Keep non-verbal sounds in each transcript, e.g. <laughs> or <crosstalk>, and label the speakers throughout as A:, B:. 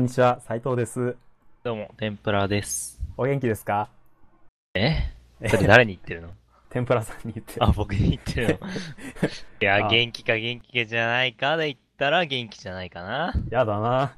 A: にちは、斉藤です。
B: どうも、天ぷらです。
A: お元気ですか
B: えそれ誰に言って
A: <laughs>
B: るの
A: 天ぷらさんに言って。
B: あ、僕に言ってる
A: <laughs>
B: の。いや、
A: あ
B: 元気か元気じゃないかで言ったら元気じゃないかな。
A: やだな。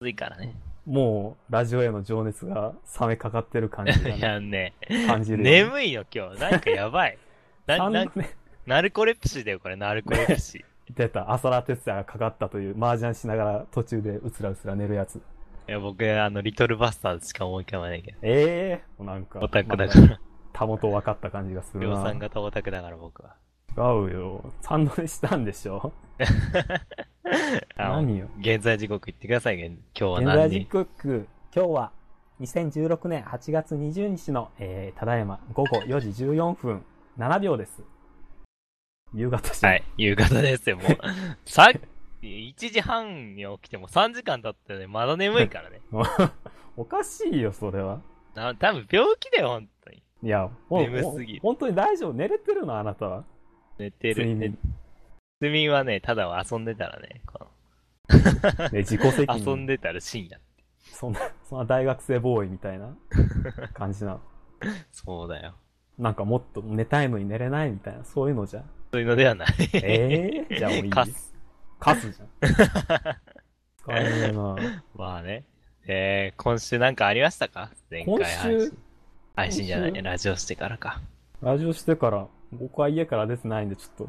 B: 暑いからね。
A: もう、ラジオへの情熱が冷めかかってる感じがね、
B: いやね、
A: 感じるよ。
B: 眠いよ今日。なんかや
A: <laughs>
B: ばい。な、
A: 三
B: な
A: 度、目
B: ナルコレプシーだよ、これ、ナルコレプシー。
A: 出た、浅田哲也がかかったという、麻雀しながら途中でうつらうつら寝るやつ。
B: いや、僕、あの、リトルバスターズしか思い浮かばないけど。
A: ええなんか、
B: オタクだ
A: ま
B: か
A: た
B: ら。
A: たもと分かった感じがする
B: 量
A: な。
B: 産型オタクだから、僕は。
A: 違うよ。三度目したんでしょ
B: あの
A: 何よ。
B: 現在時刻言ってください、現今日は
A: 現在
B: 何
A: 時
B: 時
A: 刻、今日は2016年8月20日の、えー、ただいま午後4時14分7秒です。夕方じゃん
B: はい、夕方ですよ、も <laughs> う。さっき、1時半に起きても3時間経ってね、まだ眠いから <laughs> ね。
A: おかしいよ、それは。
B: な多分病気だよ、本当に。
A: いや、ほん
B: 眠すぎる
A: ほん本当に大丈夫。寝れてるの、あなたは。
B: 寝てる。
A: 睡
B: ね
A: 眠
B: 睡眠はね、ただ遊んでたらね、こ
A: ね、自己責
B: の遊
A: 任。
B: んでたら深夜。
A: そんな、そんな大学生ボーイみたいな感じなの。
B: そうだよ。
A: なんかもっと寝たいのに寝れないみたいな、そういうのじゃん。
B: そういうのではない。
A: ええじゃあもういい。
B: かす。
A: カスじゃん。使えねえな。
B: <laughs> まあね。えー、今週なんかありましたか前回配
A: 今週
B: 信。配信じゃない
A: 今
B: ね、ラジオしてからか。
A: ラジオしてから、僕は家から出てないんで、ち
B: <laughs>
A: ょっと、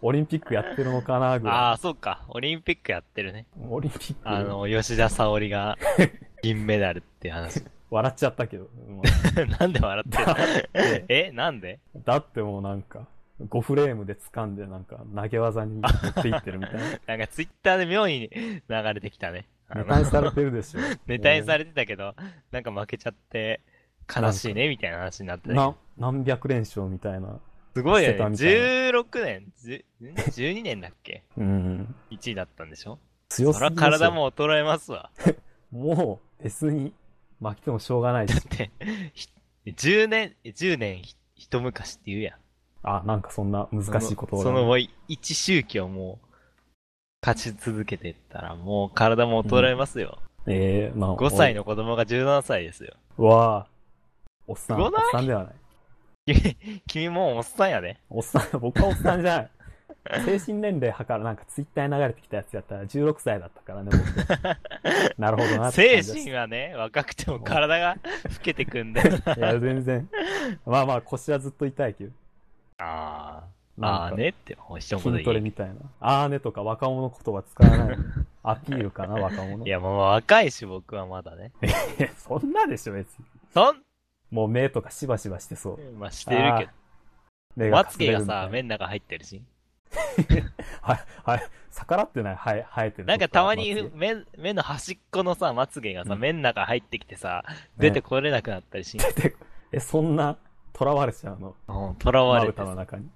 A: オリンピックやってるのかな、ぐ
B: あ
A: ら
B: あ、そうか。オリンピックやってるね。
A: い。オリンピック、
B: あの、吉田沙保里が銀メダルっていう <laughs> 話。
A: 笑っちゃったけど。もう
B: なんで笑ってる
A: だって、
B: えなんで
A: だってもうなんか、5フレームで掴んで、なんか、投げ技に持っていってるみたい
B: <laughs>
A: な。
B: なんかツイッターで妙に流れてきたね。あ
A: ネ
B: の
A: タにされてるでしょ。
B: <laughs> ネタにさ
A: れ
B: れてたけど、なんか負けちゃって、悲しいね、みたいな話になってたけ
A: な
B: ど。、
A: 何百連勝みたいな。
B: すごいよ
A: して
B: ね。
A: たみたいな
B: 16年、じゅ12年だっけ
A: うん。
B: ?1 位だったんでしょ
A: 強
B: そ
A: すぎ
B: ら
A: でしょ
B: 体。も衰えますわ。
A: もう、フェスに負けてもしょうがないし
B: だ。って、ひ10年、10年ひ一昔って言うやん。
A: あ、なんかそんな難しいことを
B: そのその一周期をもう、勝ち続けてったら、もう体も衰えますよ。
A: ええまあ。
B: 5歳の子供が17歳ですよ。
A: お。わあ。おっさん。
B: す
A: おっ
B: ごない
A: さんではない。
B: 君、君もうおっさんやで。
A: おっさん、 <laughs> 僕はおっさんじゃない。精神年齢測るなんかツイッターに流れてきたやつやったら16歳だったからね、僕。
B: <laughs>
A: なるほどなって
B: 精
A: 感じです
B: 神はね、若くても体 <laughs> が老けてく <laughs> んだよな。
A: いや、全然。まあまあ、腰はずっと痛いけど。
B: あー
A: なん
B: あー
A: か
B: ねって、一言
A: 筋トレ
B: 言
A: みたいな。あーねとか若者言葉使わ
B: <laughs>
A: ない。アピールかな、若者。
B: え。いや、もう若いし、僕はまだね。
A: え、そんなでしょ、別に。
B: そん、
A: もう目とかしばしばしてそう。
B: まあ、してるけ
A: 目
B: ど。
A: が
B: ま
A: か
B: つ
A: すれ
B: げ
A: る
B: が
A: みたい
B: さ
A: な、
B: 目の中入ってるし。
A: はい、はい。逆らってない、はい、生えてる。
B: なんかたまに
A: まつげ
B: 目、目の端っこのさ、まつげが
A: う
B: さ、
A: ん
B: 目の中入ってきてさ、出てこれなくなったりし、
A: え、そんな、囚われちゃうの
B: うん、囚わ
A: ま
B: れ
A: ぶ
B: て
A: たの
B: さ。
A: 中に。
B: うん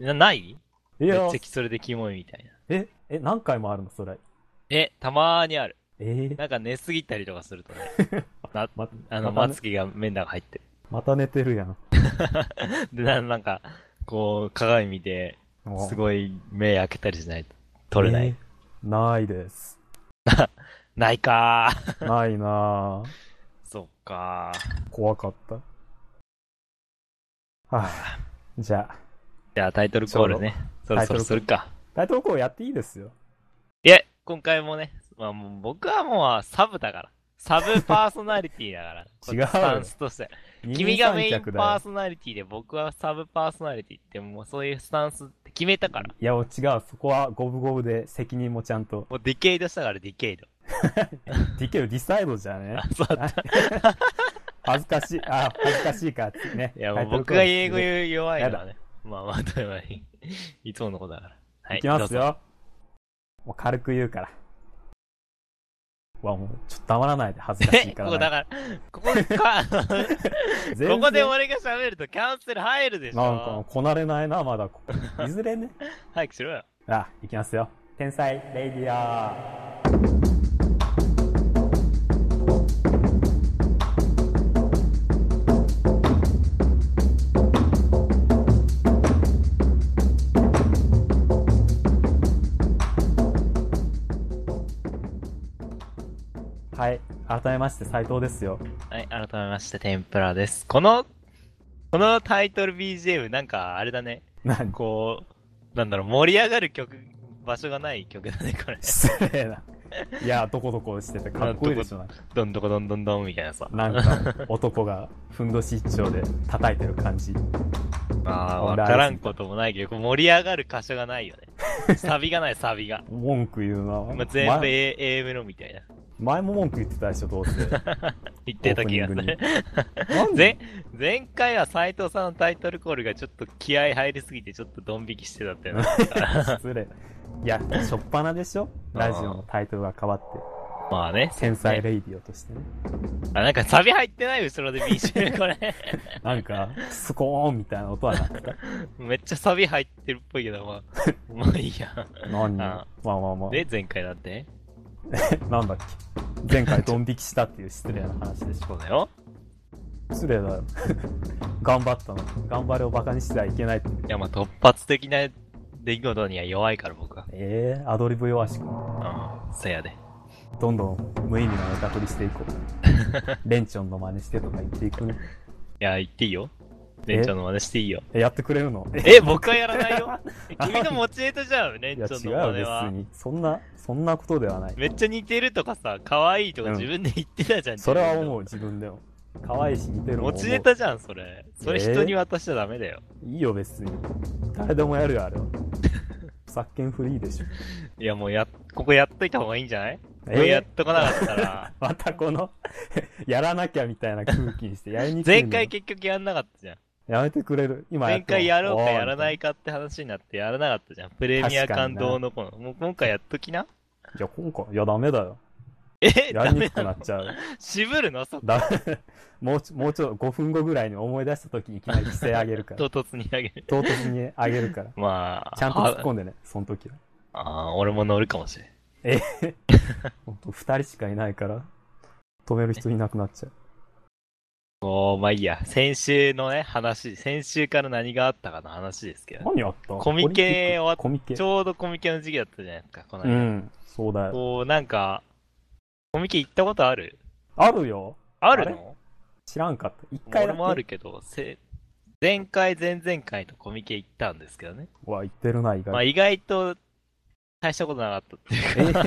B: なない
A: い
B: めっ
A: や
B: ちゃそれでキモいみたいな。
A: え、え、何回もあるの、それ。
B: え、たまーにある。
A: ええ
B: なんか寝すぎたりとかするとね、
A: ま、
B: あの、
A: また
B: ま
A: ね
B: つげが目の中入ってる。
A: また寝てるやん。
B: で、ななんか、こう、鏡見て、す
A: い。
B: ごい目開けたりしないと、取れない。
A: えーないです。
B: ないかー。
A: ないなぁ。
B: そっかー。
A: 怖かった。はあ、じゃあ、
B: じゃあタイトルコールね。そろそろ
A: タ
B: す
A: イ
B: るか。
A: 大統領やっていいですよ。
B: いえ、今回もね、まあもう僕はもうサブだから。サブパーソナリティだ
A: <laughs>
B: から。こっち
A: 違うよ
B: スタンスとして。
A: 二人
B: 君がメイン
A: 三脚だよ
B: パーソナリティで僕はサブパーソナリティってもうそういうスタンスって決めたから。
A: いや、違う。そこは五分五分で責任もちゃんと。
B: もうディケイドしたからディケイ
A: <laughs>
B: ド。
A: ディケルディサイドじゃね
B: あ、。そうだった。
A: 恥ずかしい。あ、恥ずかしいからってね。
B: いや
A: タ
B: も
A: イ
B: う
A: トルコ
B: 僕
A: ー
B: が
A: ル
B: 英語弱いからね。まあまあ、当たり前に。いつものことだから。はい。
A: いきます
B: どうぞ。
A: よ。もう軽く言うから。うわ、もう、ちょっと黙らないで恥ずかし
B: え、
A: い
B: こ
A: から
B: こ
A: な。
B: だから、ここか、 <laughs>
A: <laughs>
B: こ
A: 全然
B: こで俺が喋るとキャンセル入るでしょ。
A: なんか、こなれないな、まだここ。いずれね。
B: 早くしろよ。
A: あ、いきますよ。天才レディアー。はい。改めまして、斉藤ですよ。
B: はい、改めまして、天ぷらです。この、このタイトル BGM、なんか、あれだね。
A: なんか、
B: こう、なんだろう、盛り上がる曲、場所がない曲だね、これ。
A: 失礼な。いや、どこどこしててかっこいいでしょ。なんか
B: どんどこどんどんどんみたいなさ。
A: なんか男がふんどし一丁で叩いてる感じ。
B: まあ、わからんこともないけど、盛り上がる箇所がないよ
A: <laughs>
B: ね。サビがない、サビが。
A: 文句言うな。
B: まあ、全部 A, A メロみたいな。
A: 前前も文句言ってたでしょ、どう
B: <laughs>
A: せ。
B: 言ってた気がす
A: オープニン
B: <laughs> る。
A: なんで
B: 前、前回は斎藤さんのタイトルコールがちょっと気合入りすぎて、ちょっとドン引きしてたっていうのがあった
A: <laughs> 失礼。いや、しょっぱなでしょラジオのタイトルが変わって。
B: まあね。
A: 繊細レイディオと
B: <laughs>
A: してね。
B: あ、なんかサビ入ってない後ろで
A: <laughs>
B: BGM これ。
A: なんか、スコーンみたいな音はな
B: <laughs>
A: かった。
B: めっちゃサビ入ってるっぽいけ
A: <laughs>
B: ど、まあ、まあいいや。
A: 何
B: あ
A: まあまあまあ。
B: で、前回だって。
A: なんだっけ前回ドン引きしたっていう失礼な話
B: <laughs>
A: でし
B: そうだよ。
A: ょ。失礼だよ。 <laughs> 頑張ったの。頑張れをバカにしてはいけない
B: <laughs>
A: って。
B: いや、まあ突発的な出来事には弱いから、僕は。
A: ええー、アドリブ弱しく。
B: うん。せやで。
A: どんどん無意味なネタ取りしていこう。
B: <laughs>
A: レンチョンの真似してとか言っていくね。
B: いや、言っていいよ。レンチョンの真似していいよ。
A: えやってくれるの
B: え、僕はやらないよ。君の持ちネタじゃん、レ
A: い
B: ンチ
A: や
B: ョン
A: 違
B: の真
A: う
B: 似
A: よ
B: は
A: 別。に。そんな、そんなことではない。
B: めっちゃ似てるとかさ、可愛いとか
A: うん
B: 自分で言ってたじゃん。
A: それは思う、
B: う。
A: 自分でも。可愛いし似てるも
B: 持
A: ん。
B: ちネタじゃん、それ。それ
A: えー
B: 人に渡しちゃダメだよ。
A: いいよ、別に。誰でもやるよ、あれ
B: <laughs>
A: は。作権フリーでしょ。
B: いや、もうや、ここやっといた方がいいんじゃないこ
A: え
B: れやっとかなかった
A: <laughs>
B: ら。
A: またこの、やらなきゃみたいな空気にして、やりにくい
B: 前
A: の。
B: 回結局やんなかったじゃん。
A: やめてくれる。今。
B: 前回やろうかやらないいかって話になってやらなかったじゃん。プレミア感動のこの。もう今回やっときな。
A: いや、今回、いや、ダメだよ。
B: え
A: や
B: ダ
A: り
B: メ
A: にくく
B: な
A: な
B: の
A: っちゃう。
B: 渋るのそこ
A: だ <laughs> もうちょ、もうちょっと5分後ぐらいに思い出した時にいきなり規制上げる
B: <laughs>
A: から。
B: 唐突にあげる。
A: 唐突に上げるから。
B: まあ。
A: ちゃんと突っ
B: あ
A: 込んでね、その時は。
B: あー、俺も乗るかもしれん。
A: ええ。ほんと、2人しかいないから、止める人いなくなっちゃう。
B: おー、まあいいや。先週のね、話、先週から何があったかの話ですけど。
A: 何あった
B: コミケ終わっ
A: コミケ
B: ち。ょうどコミケの時期だったじゃないですか、この
A: う
B: 間。
A: ん、そうだよ。
B: こう、なんか、コミケ行ったことある
A: あるよ。
B: あるの
A: 知らんかった。一回
B: 俺
A: だけ。
B: もあるけど、せ前回、前々回とコミケ行ったんですけどね。
A: うわ、言ってるな、意外と。
B: まあ意外と大したことなかったっていう
A: え
B: か、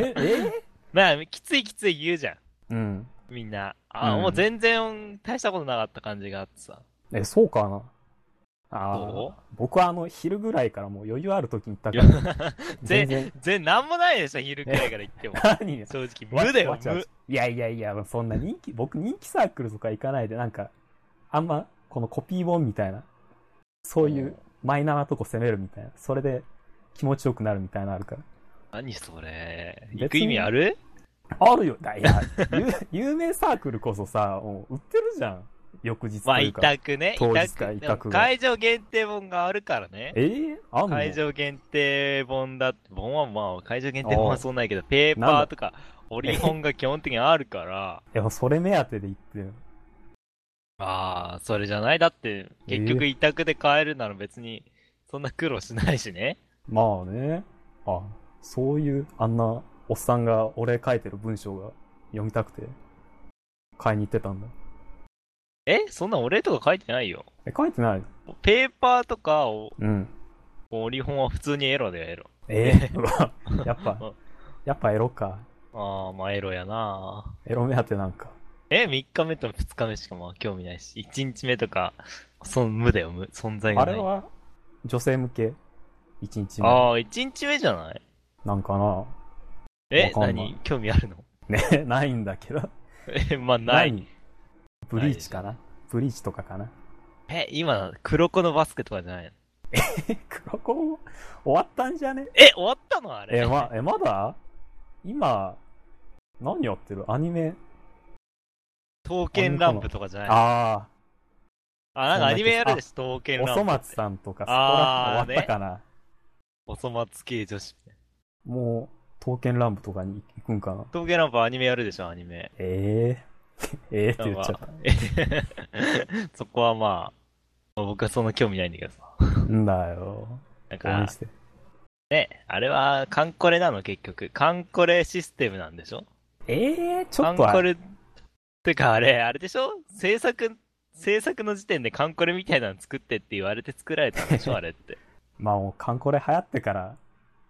A: え
B: <laughs> まあきついきつい言うじゃん、
A: うん。
B: みんな。あ、
A: うん
B: もう全然大したことなかった感じがあってさ。
A: え、そうかな。あ
B: ど
A: あ。僕はあの、昼ぐらいからもう余裕ある時に行った
B: い
A: か
B: や <laughs>
A: ら、
B: 全
A: 全然。。
B: <laughs> 全なんもないでしょ、昼くらいから行っても
A: <laughs> 何ね
B: 正直、無だよ
A: わ、ちゃわち
B: 無
A: ゃ。いやいやいや、そんな人気、 <laughs> 僕人気サークルとか行かないで、なんか、あんま、このコピー本みたいな、そういうマイナーなとこ攻めるみたいな、それで気持ちよくなるみたいなのあるから。
B: 何それ。
A: 別に
B: 行く意味ある
A: あるよ。だいや、ゆ <laughs> 有名サークルこそさ、もう売ってるじゃん。翌日
B: ま
A: と
B: あ、
A: いう
B: 委
A: か。
B: 託ね。
A: 当
B: 委
A: 日か
B: 託。
A: 委
B: でも
A: 託が
B: 会場限定本があるからね。
A: えー、あんの
B: 会場限定本だって、本はまあ、会場限定本はそうないけど、ペー
A: なん
B: パー
A: だ
B: とか、オリ本が基本的にあるから、
A: いや、それ目当てで行ってる。
B: ああ、それじゃないだって、結局委託で買えるなら別に、そんな苦労しないしね。
A: まあね。あ、そういう、あんなおっさんが俺書いてる文章が読みたくて、買いに行ってたんだ。
B: えそんなお礼とか書いてないよ。
A: え、書いてない
B: ペーパーとかを、
A: うん。
B: リ本は普通にエロだよ、エロ。
A: ええうわ
B: <laughs>
A: やっぱ
B: うん、
A: やっぱエロか。
B: ああ、まあエロやな
A: エロ目当てなんか。
B: え、3日目と2日目しかまあ興味ないし、1日目とか、そん無だよ、無。存在
A: あ
B: がな
A: れ
B: い。
A: は、女性向け一日目。
B: ああ、1日目じゃない
A: なんかな。
B: <laughs> え、
A: わかんない
B: 何興味あるの
A: ね、ないんだけど。
B: え、まあない。
A: 何ブリーチかなブリーチとかかな。
B: え、今、黒子のバスケとかじゃないの
A: え、黒子も終わったんじゃね
B: え、終わったのあれ。
A: え、ま、え、まだ今、何やってるアニメ。
B: 刀剣乱舞とかじゃないの
A: ああ。
B: あ、なんかアニメやるでしょ、刀剣
A: お
B: 乱
A: そ
B: 舞。
A: 松さんとか、そこら
B: あー
A: 辺終わったかな、
B: おそ松系女子。
A: もう、刀剣乱舞とかに行くんかな
B: 刀剣乱舞アニメやるでしょ、ア
A: <laughs>
B: ニメ。 <laughs>
A: え <laughs> えええって言っちゃ
B: ま
A: っ
B: あそこはまあ、僕はそんな興味ないんだけどさ。
A: た。んだよ。
B: なん
A: 応援
B: か
A: し、て。
B: ね、あれはカンコレなの結局。カンコレシステムなんでしょ
A: ええー、ちょ
B: カ
A: っ
B: ン
A: と
B: コ
A: は、
B: レ、てかあれ、あれでしょ制作、制作の時点でカンコレみたいなの作ってって言われて作られたんでしょあれって。
A: まあもうカンコレ流行ってから、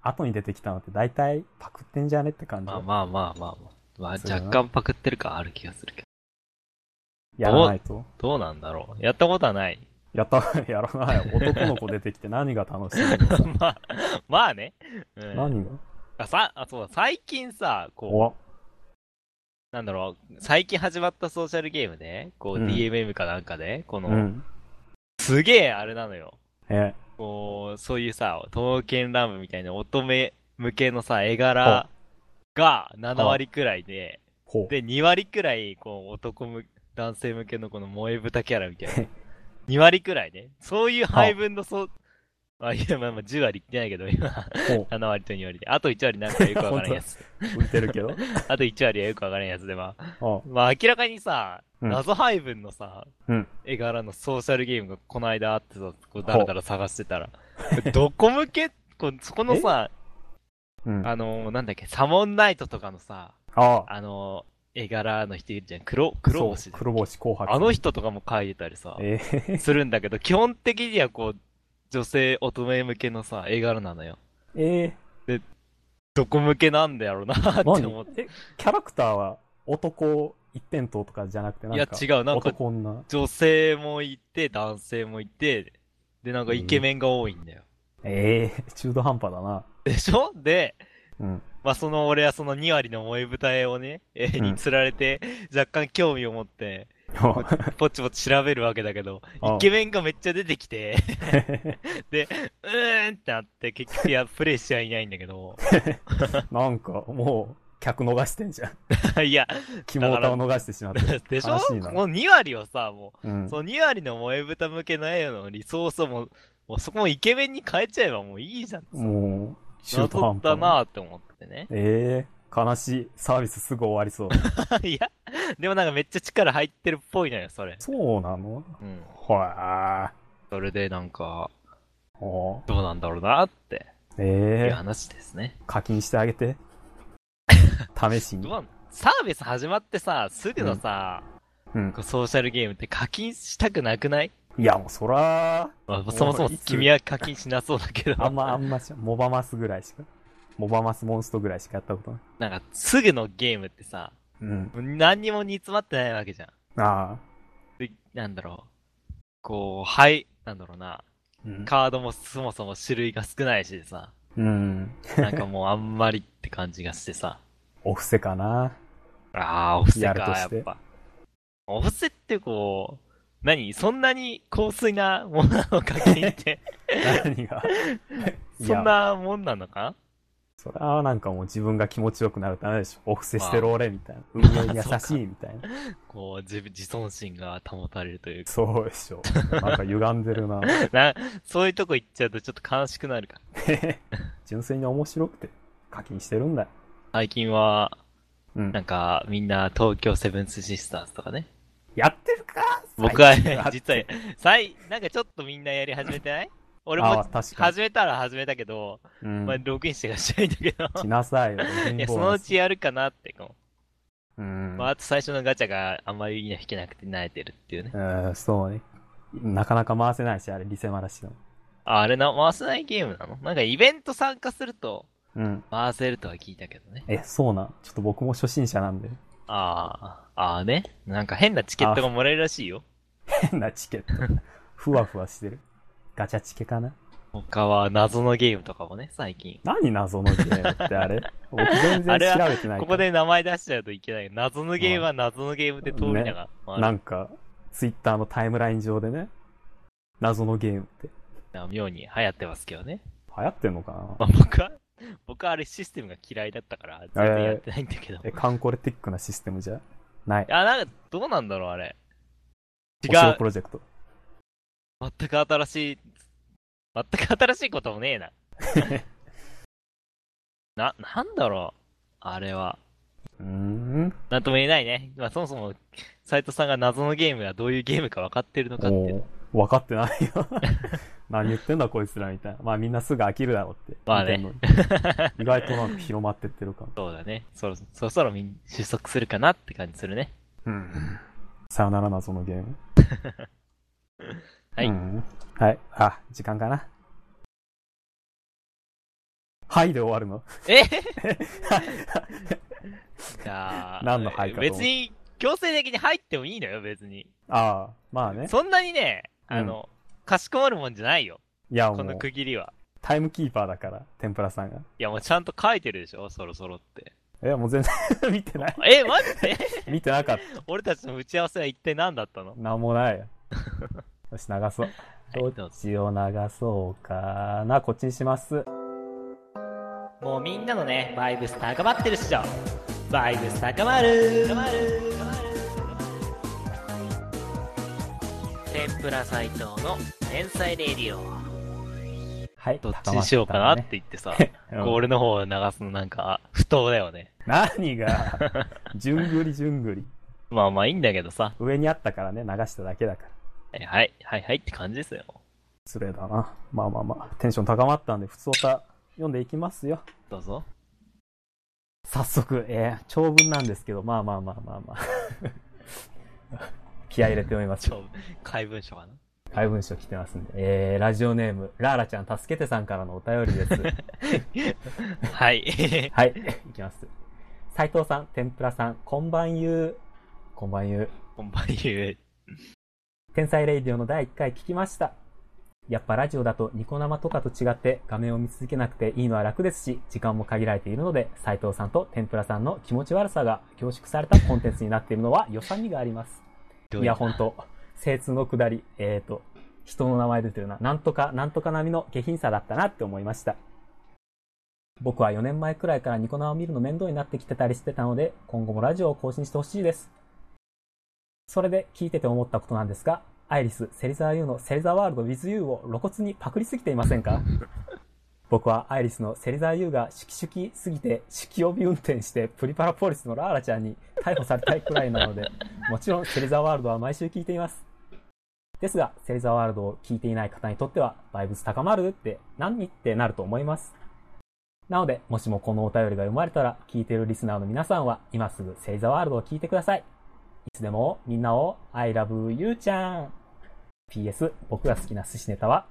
A: 後に出てきたのって大体パクってんじゃねって感じ
B: ま。あまあまあまあまあ。まあ
A: そうだな
B: 若干パクってる感ある気がするけ
A: やらないと。
B: ど。どうなんだろう <laughs> やったことはない。
A: やった、 <laughs> やらない。男の子出てきて何が楽しいの
B: <laughs> まあ、まあね。うん、
A: 何が
B: あ、さ、あ、そうだ、最近さ、こ
A: お
B: う、なんだろう、最近始まったソーシャルゲームで、こう、
A: うん
B: DMM かなんかで、この、
A: うん。
B: すげえあれなのよ。
A: え
B: こう、そういうさ、刀剣乱舞みたいな乙女向けのさ、絵柄が7割くらいで、
A: ほう。
B: で、2割くらい、こう、男む、男性向けのこの萌え豚キャラみた
A: <laughs>
B: いな。2割くらいね。そういう配分の、そう、あ、いや、まあまあ、10割いってないけど、今、
A: ほ
B: 7割と2割で。あと1割なんかよくわか
A: <laughs>
B: らんやつ。
A: う。浮いてるけ
B: <laughs>
A: ど。
B: あと1割はよくわからんやつで、まあ、
A: お
B: まあ明らかにさ、
A: うん
B: 謎配分のさ、
A: うん
B: 絵柄のソーシャルゲームがこの間あってさ、こうだらだら探してたら、 <laughs> どこ向けこうそこのさ、
A: うん。あ
B: あのーなんだっけ、サモンナイトとかのさ、
A: あ。
B: あのー絵柄の人いるじゃん。黒、黒星
A: そう
B: だ
A: 黒星紅白。
B: あの人とかも描いてたりさ、
A: えー
B: するんだけど、基本的にはこう、女性、乙女向けのさ、絵柄なのよ。
A: え
B: どこ向けなんだやろうなって
A: ー、
B: 思っ
A: 何
B: て。
A: え、キャラクターは男一辺倒とかじゃなくて、なん
B: いや、
A: か、
B: 違う、なんか
A: 男女。
B: 女性もいて、男性もいて、で、なんかイケメンが多いんだよ。
A: ええー、中途半端だな。
B: でしょで、 <laughs>
A: うん。
B: まあ、その俺はその2割の萌え舞台をね、絵
A: うん
B: に釣られて、若干興味を持
A: <laughs>
B: って、ぽっちぽっち調べるわけだけど、イケメンがめっちゃ出てきて、 <laughs> で、うーんってなって、結局いや、プレイしちゃいないんだけど、 <laughs>
A: <laughs> なんか、もう、客逃してんじゃ
B: <laughs>
A: ん。
B: いや、
A: キモータを逃してしまって。
B: <laughs> でしょ
A: 悲しいな
B: もう2割はさ、も
A: う
B: う、
A: ん
B: そ。の2割の萌え豚向けの絵のリソースをもう、もうそこもイケメンに変えちゃえばもういいじゃん。
A: もう、
B: な
A: 中途半端。
B: だ。なって思ってね
A: ええー、悲しい。サービスすぐ終わ
B: <laughs>
A: りそう。
B: いや、でもなんかめっちゃ力入ってるっぽいのよ、それ。
A: そうなの
B: うん。
A: ほら
B: それでなんか、
A: ー。お
B: どうなんだろうなって、い
A: え
B: う
A: えー、
B: 話ですね。
A: 課金してあげ
B: <laughs>
A: て。試し
B: どう
A: に。
B: なんサービス始まってさ、すぐのさ、
A: うん。
B: こうソーシャルゲームって課金したくなくない、
A: いや、もうそら、
B: まあそもそも
A: いつ
B: 君は課金しなそうだけど。
A: あんま、あんまし、モバマスぐらいしか。モバマスモンストぐらいしかやったことない。
B: なんか、すぐのゲームってさ、
A: うん。
B: 何にも煮詰まってないわけじゃん。
A: ああ。
B: で、なんだろう。こう、はい、なんだろうな。
A: うん。
B: カードもそもそも種類が少ないしさ、
A: うん。
B: なんかもうあんまりって感じがして
A: <laughs>
B: さ。
A: お布施か
B: <laughs>
A: な。
B: ああ、お布施
A: や
B: か、
A: ると
B: や
A: し
B: ってぱ。お布施ってこう、何そんなに香水なものなのかって言って、
A: 何が。 <laughs> い
B: <laughs> そ
A: や
B: んなもんなのか
A: それはなんかもう自分が気持ちよくなるためでしょ。お布施してる俺みたいな。運営に優しいみたいな。
B: こう、自分、自尊心が保たれるとい
A: <laughs>
B: うか。
A: そうでしょ。なんか歪んでるな。
B: な、そういうとこ行っちゃうとちょっと悲しくなるから。
A: 純粋に面白くて課金してるんだよ。
B: 最近は、
A: うん
B: な。んか、みんな東京セブンスシスターズとかね。
A: やってるか
B: 僕は
A: 最近、
B: 実は、最、なんかちょっとみんなやり始め
A: <laughs>
B: てない俺
A: ああ
B: も、
A: 確かに。
B: 始めたら始めたけど、
A: うん
B: まあ、ログインしてからしないんだけど。
A: しなさいよ。貧乏
B: い
A: な
B: <laughs> や、そのうちやるかなって、こう。
A: うん。
B: まあ、あと最初のガチャがあんまり引けなくて慣れてるっていうね。
A: うん、そうね。なかなか回せないし、あれ、リセマラシの。
B: ああれな、回せないゲームなのなんかイベント参加すると
A: うん。
B: 回せるとは聞いたけどね。
A: え、そうなん。ちょっと僕も初心者なんで。
B: ああ、ああね。なんか変なチケットがもらえるらしいよ。
A: 変なチケット。ふわふわしてる。ガチャチケかな
B: 他は謎のゲームとかもね、最近。
A: 何謎のゲームってあ
B: <laughs>
A: れ僕全然調べ
B: あれ
A: て
B: は
A: ないから
B: ここで名前出しちゃうといけない。謎のゲームは謎のゲームで通りながら。
A: な
B: ま
A: んか、ツイッターのタイムライン上でね、謎のゲームって
B: あ、妙に流行ってますけどね。
A: 流行ってんのかな
B: まあ、僕は、僕はあれシステムが嫌いだったから、全然やってないんだけど。
A: え、カンコレティックなシステムじゃない。
B: あ、なんか、どうなんだろう、あれ。
A: お
B: 違
A: 城
B: う
A: プ。ロジェクト。
B: 全く新しい、全く新しいこともねえ
A: <laughs>
B: な。な、なんだろう。あれは。
A: うーん。
B: なんとも言えないね。まあ、そもそも、斎藤さんが謎のゲームがどういうゲームか分かってるのかっていう
A: おー分かってないよ。 <laughs> 何言ってんだこいつらみたいな。まあみんなすぐ飽きるだろうって。
B: まあね
A: 見てんのに意外となんか広まってってるかも。
B: そうだね。そろそろそろみん収束するかなって感じするね。
A: うん。さよなら謎のゲーム。
B: はい
A: うんはい。あ、時間かな。はいで終わるの。
B: えじゃあ、
A: 何のはいかと思う
B: 別に強制的に入ってもいいのよ、別に。
A: ああ、まあね。
B: そんなにね、
A: うん
B: あの、かしこまるもんじゃないよ。
A: いやも
B: この
A: う、
B: 区切りは。
A: タイムキーパーだから、天ぷらさんが。
B: いや、もうちゃんと書いてるでしょ、そろそろって。
A: いや、もう全然 <laughs> 見て
B: <laughs>
A: ない。
B: え、待って
A: 見てなかった。
B: 俺たちの打ち合わせは一体何だったの
A: なんも
B: <laughs>
A: ないよ。よし、流そう。
B: ど
A: ど
B: うぞ
A: っちを流そうかな。こっちにします。
B: もうみんなのね、バイブス高まってるっしょ。バイブス高まる高まる天ぷら斎藤の天才レディオ。
A: はい。
B: どっちにしようかなって言ってさ、
A: <laughs> うん
B: こう俺の方を流すのなんか、不当だよね。
A: 何
B: <laughs>
A: が、じゅんぐりじゅんぐり。
B: まあまあいいんだけどさ。
A: 上にあったからね、流しただけだから。
B: はい、はい、はい、はいって感じですよ。
A: 失礼だな。まあまあまあ、テンション高まったんで、普通歌読んでいきますよ。
B: どうぞ。
A: 早速、えー、長文なんですけど、まあまあまあまあまあ。 <laughs> 気合い入れて読みます
B: ち。ょ、怪文書かな。
A: はい、文章来てますんで。えー、ラジオネーム、ラーラちゃん助けてさんからのお便りです。
B: はい。 <laughs>
A: はい、いきます。斉藤さん、天ぷらさん、こんばんゆう。こんばんゆう。
B: 本番言う。
A: 天才レイディオの第1回聞きました。やっぱラジオだとニコ生とかと違って画面を見続けなくていいのは楽ですし、時間も限られているので、斉藤さんと天ぷらさんの気持ち悪さが凝縮されたコンテンツになっているのは良さみがあります。いや、ほんと、精通のくだり、えーと、人の名前出てるな、なんとか、なんとか並みの下品さだったなって思いました。僕は4年前くらいからニコ生を見るの面倒になってきてたりしてたので、今後もラジオを更新してほしいです。それで聞いてて思ったことなんですが、アイリス、セリザー U のセリザーワールド with you を露骨にパクりすぎていません <laughs> か僕はアイリスのセリザー U がシュキシュキすぎて、酒気帯び運転してプリパラポリスのラーラちゃんに逮捕されたいくらいなので、もちろんセリザーワールドは毎週聞いています。ですが、セリザーワールドを聞いていない方にとっては、バイブス高まるって何ってなると思います。なので、もしもこのお便りが読まれたら、聞いているリスナーの皆さんは、今すぐセリザーワールドを聞いてください。いつでもみんなを I love you ちゃん。PS、僕が好きな寿司ネタは、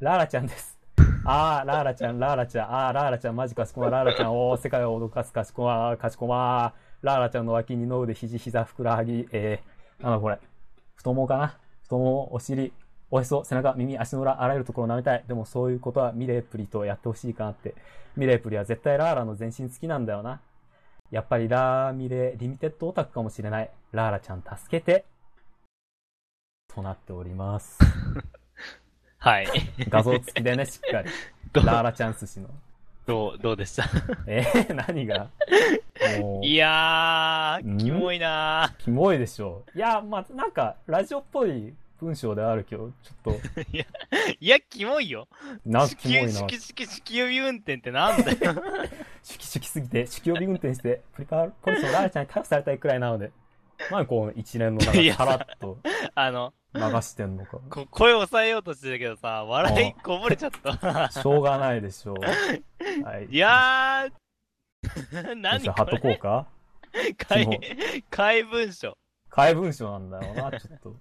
A: ラーラちゃんです。あー、ラーラちゃん、ラーラちゃん、あー、ラーラちゃん、マジかしこま、ラーラちゃん、おー、世界を脅かすかしこま、かしこま、ラーラちゃんの脇に脳で肘、膝、ふくらはぎ、えー、なんだこれ、太ももかな太もも、お尻、おへそ、背中、耳、足の裏、あらゆるところを舐めたい。でもそういうことはミレープリとやってほしいかなって。ミレープリは絶対ラーラの全身好きなんだよな。やっぱりラーミレリミテッドオタクかもしれない。ラーラちゃん助けて。となっております。
B: はい。
A: 画像付きでね、しっかり。
B: <laughs> どう
A: ラーラちゃん寿司の。
B: どう、どうでした
A: えー、何がもう、
B: いや
A: う
B: ー、
A: ん
B: キモいな
A: キモいでしょう。いや、まあ、なんか、ラジオっぽい文章ではあるけど、ちょっ
B: <laughs>
A: と、
B: ー。いや、キモいよ。
A: な、
B: 地
A: キモい
B: 球、
A: な。
B: 地球、地球、地球運転ってなんだよ。
A: シュキシュキすぎて、酒気帯び運転して、プリパラポリスのラーラちゃんに逮捕されたいくらいなので、まあ、こう、一連の
B: い
A: 中、
B: や
A: さらっと
B: あの、
A: 流してんのか。
B: こ声抑えようとしてたけどさ、笑いこぼれち
A: <laughs>
B: ゃった。
A: しょうがないでしょう。はい。
B: いやー、 <laughs> 何
A: じゃあ
B: こ
A: 貼っとこう
B: れ
A: か。
B: 怪
A: キモ
B: 怪文書。
A: 怪文書なんだろうな、ちょっと。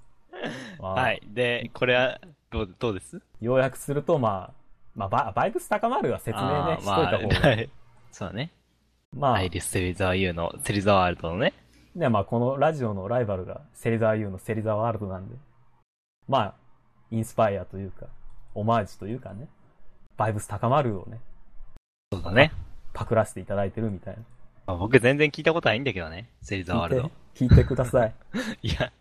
A: まあ
B: はい。で、これは、どう、どうです
A: 要約すると、まあ、まあ、ババイブス高まるは説明ね、しといた方
B: あーまあ <laughs>
A: が。
B: はいそうだね。
A: まあ
B: アイ、リス・セリザー U の、セリザーワールドのね。
A: ね、まあ、このラジオのライバルが、セリザー U のセリザーワールドなんで、まあ、インスパイアというか、オマージュというかね、バイブス高まるをね、
B: そうだね。
A: パクらせていただいてるみたいな。
B: まあ僕全然聞いたことないんだけどね。セリザーワールド。
A: 聞いて、聞いてくださ
B: <laughs>
A: い。
B: いや、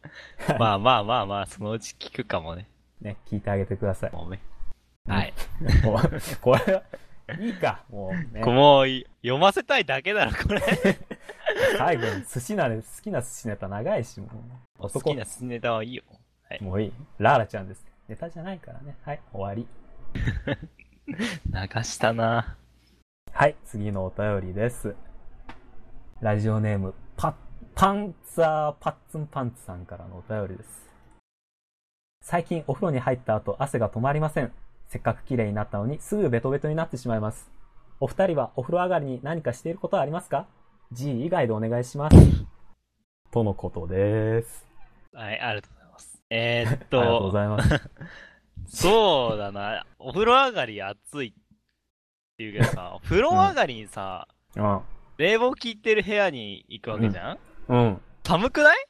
B: まあまあまあまあ、そのうち聞くかもね。
A: ね、聞いてあげてください。
B: もうね。はい。
A: もうこれは、いいか、もうね。
B: もう、い読ませたいだけだろ、これ。
A: 最後に寿司なれ、好きな寿司ネタ長いし、もう。
B: 好きなスネタはいいよ。
A: もういい。ラーラちゃんです。ネタじゃないからね。はい、終わり。
B: 流したな
A: はい、次のお便りです。ラジオネーム、パッ、パンツァーパッツンパンツさんからのお便りです。最近お風呂に入った後汗が止まりません。せっかく綺麗になったのにすぐベトベトになってしまいます。お二人はお風呂上がりに何かしていることはありますか ?G 以外でお願いします。とのことです。
B: はい、ありがとうございます。えーっ
A: ありがとうご
B: と、
A: ざいます。
B: そうだな、お風呂上がり暑いっていうけどさ、お風呂上がりにさ、
A: うん。
B: 冷房効いてる部屋に行くわけじゃん、
A: うん。
B: 寒くない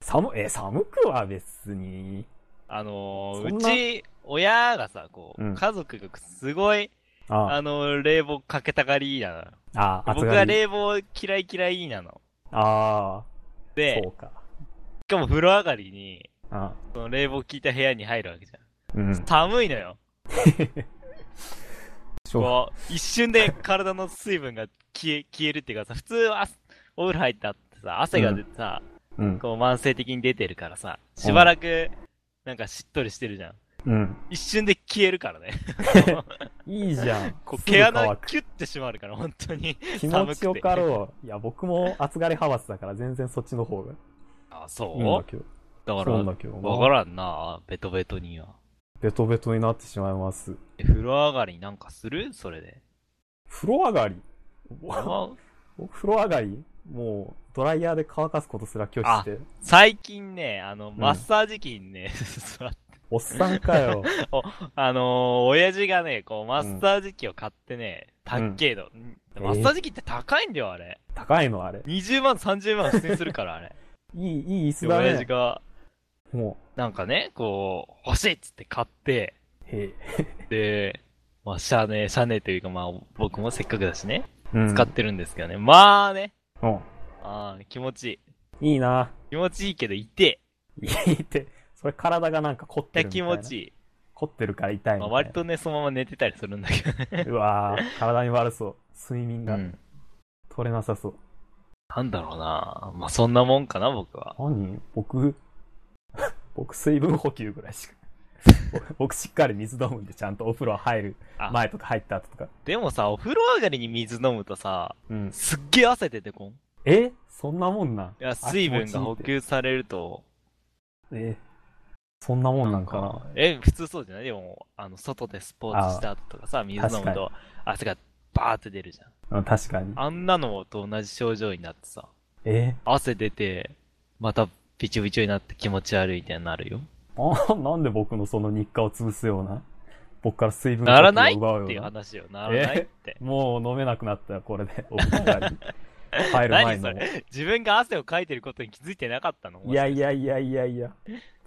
A: 寒、え、寒くは別に。
B: あの
A: そ
B: ー、
A: ん
B: う
A: な
B: ち、親がさ、こう、
A: うん
B: 家族がすごい、
A: あ
B: あのー、冷房かけたがりなの。
A: あ、暑
B: 僕
A: が
B: は
A: り。
B: 冷房嫌い嫌いなの。
A: ああ、
B: で
A: そ、うか。
B: しかも風呂上がりに、
A: あ
B: その冷房効いた部屋に入るわけじゃん。
A: うん。
B: 寒いのよ。
A: しょ
B: こう、一瞬で体の水分が消え、 <laughs> 消えるっていうかさ、普通はあお風呂入ったってさ、汗が出てさ、
A: う。うん。
B: こう慢性的に出てるからさ、しばらく、なんかしっとりしてるじゃん。
A: うん。
B: 一瞬で消えるからね。
A: いいじ <laughs> ゃん。
B: こう、
A: すぐ
B: 毛
A: 乾
B: 穴
A: く
B: キュッて閉まるから、本当に。
A: 気持ちよかろう。いや、僕も暑がり派閥だから全然そっちの方が
B: あ、そ
A: いいんだ
B: う
A: けど。
B: だか
A: そう
B: ら
A: ん、だけどな
B: わからんな、ベトベトには。
A: ベトベトになってしまいます。
B: え風呂上がりなんかするそれで。
A: 風呂上がり <laughs> お
B: あ
A: 風呂上がりもう、ドライヤーで乾かすことすら拒否して。
B: 最近ね、あの、マッサージ機にね、 <laughs> 座っ
A: おっさんか
B: <laughs>
A: よ。
B: あのー、親父がね、こう、マッサージ機を買ってね、たっけえ
A: う
B: の、
A: ん
B: マッサージ機って高いんだよ、あれ。
A: 高いのあれ。
B: 20万、30万普通にするから、あ
A: <laughs>
B: れ。
A: いい、いい椅
B: で
A: 子だ
B: 親父
A: ね。
B: が、
A: も
B: なんかね、こう、欲しいっつって買って、
A: う、へえ。
B: で、まあ、シャネ、シャネというか、まあ、僕もせっかくだしね、
A: うん
B: 使ってるんですけどね。まあね、
A: うん
B: あー気持ちいい。
A: いいな。
B: 気持ちいいけど、痛え。
A: いいって、それ体がなんか凝って
B: 痛
A: るみた
B: 気
A: いな。
B: 持ちいい。
A: 凝ってるから痛いみた
B: まあ、
A: いな。
B: 割とね、そのまま寝てたりするんだけどね。
A: うわー体に悪そう。睡眠
B: う
A: が
B: ん。
A: 取れなさそう。
B: なんだろうなまあ、そんなもんかな、僕は。
A: 何僕、 <laughs> 僕水分補給ぐらいしか。 <laughs> 僕しっかり水飲むんで、ちゃんとお風呂入る
B: あ
A: 前とか入った後とか。
B: でもさ、お風呂上がりに水飲むとさ、
A: うん。
B: すっげえ汗出てこん。い
A: えそんなもんなん
B: や、水分が補。
A: あ気持ちいいって
B: 給されると。
A: えそんなもんなんかな。
B: え、普通そうじゃないでも、あの、外でスポーツした後とかさ、水飲むと汗がバーって出るじゃん。
A: うん、確かに。
B: あんなのと同じ症状になってさ、
A: え <laughs>
B: 汗出て、またビチョビチョになって気持ち悪いみたいになるよ。
A: あなんで僕のその日課を潰すような。僕から水分補
B: ならない
A: 給を奪うような。
B: っていう話よ。ならないって。
A: もう飲めなくなったよ、これで。お風呂上がり入る前
B: <laughs> 何そ
A: のも。
B: れ自分が汗をかいてることに気づいてなかったの
A: いやいやいやいやいや。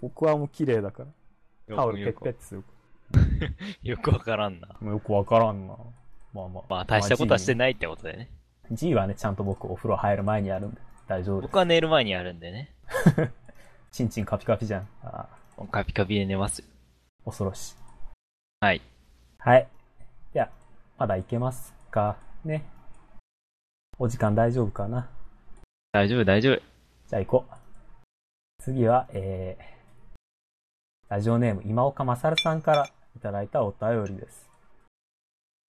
A: 僕はもう綺麗だから。
B: よく
A: タオルペ
B: よ
A: ッペッ
B: く
A: てする。
B: よくわからんな。
A: もうよくわからんな。まあまあ。
B: まあ、大したことはして
A: ない。
B: ないってことでね。
A: G はね、ちゃんと僕お風呂入る前にやるんで。大丈夫です。
B: 僕は寝る前にやるんでね。
A: チンチンカピカピじゃん。ああ、
B: もうカピカピで寝ますよ。
A: 恐ろしい。
B: はい。
A: はい。いや、まだいけますかね。お時間大丈夫かな
B: 大丈夫、大丈夫。
A: じゃあ行こう。次は、えー、ラジオネーム今岡まさるさんからいただいたお便りです。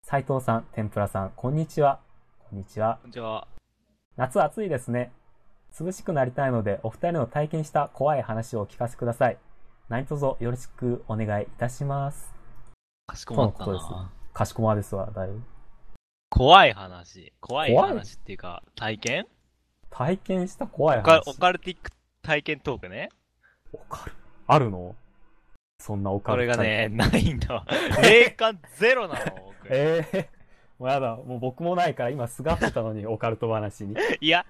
A: 斉藤さん、天ぷらさん、こんにちは。こんにちは。
B: こんにちは。
A: 夏暑いですね。涼しくなりたいので、お二人の体験した怖い話をお聞かせください。何卒よろしくお願いいたします。
B: かしこまった
A: そうです
B: な。
A: かしこまですわ、だいぶ。
B: 怖い話。怖い
A: 怖い
B: 話っていうか、体験
A: 体験した怖い
B: オカ
A: 話。
B: オカルティック体験トークね。
A: オカルあるのそんなオカ
B: これ
A: ル
B: が
A: 体
B: ね、
A: 験。
B: ないんだわ。霊感ゼロなの、僕。
A: ええもうやだ。もう僕もないから今すがってた <laughs> のに、オカルト話に。
B: いや、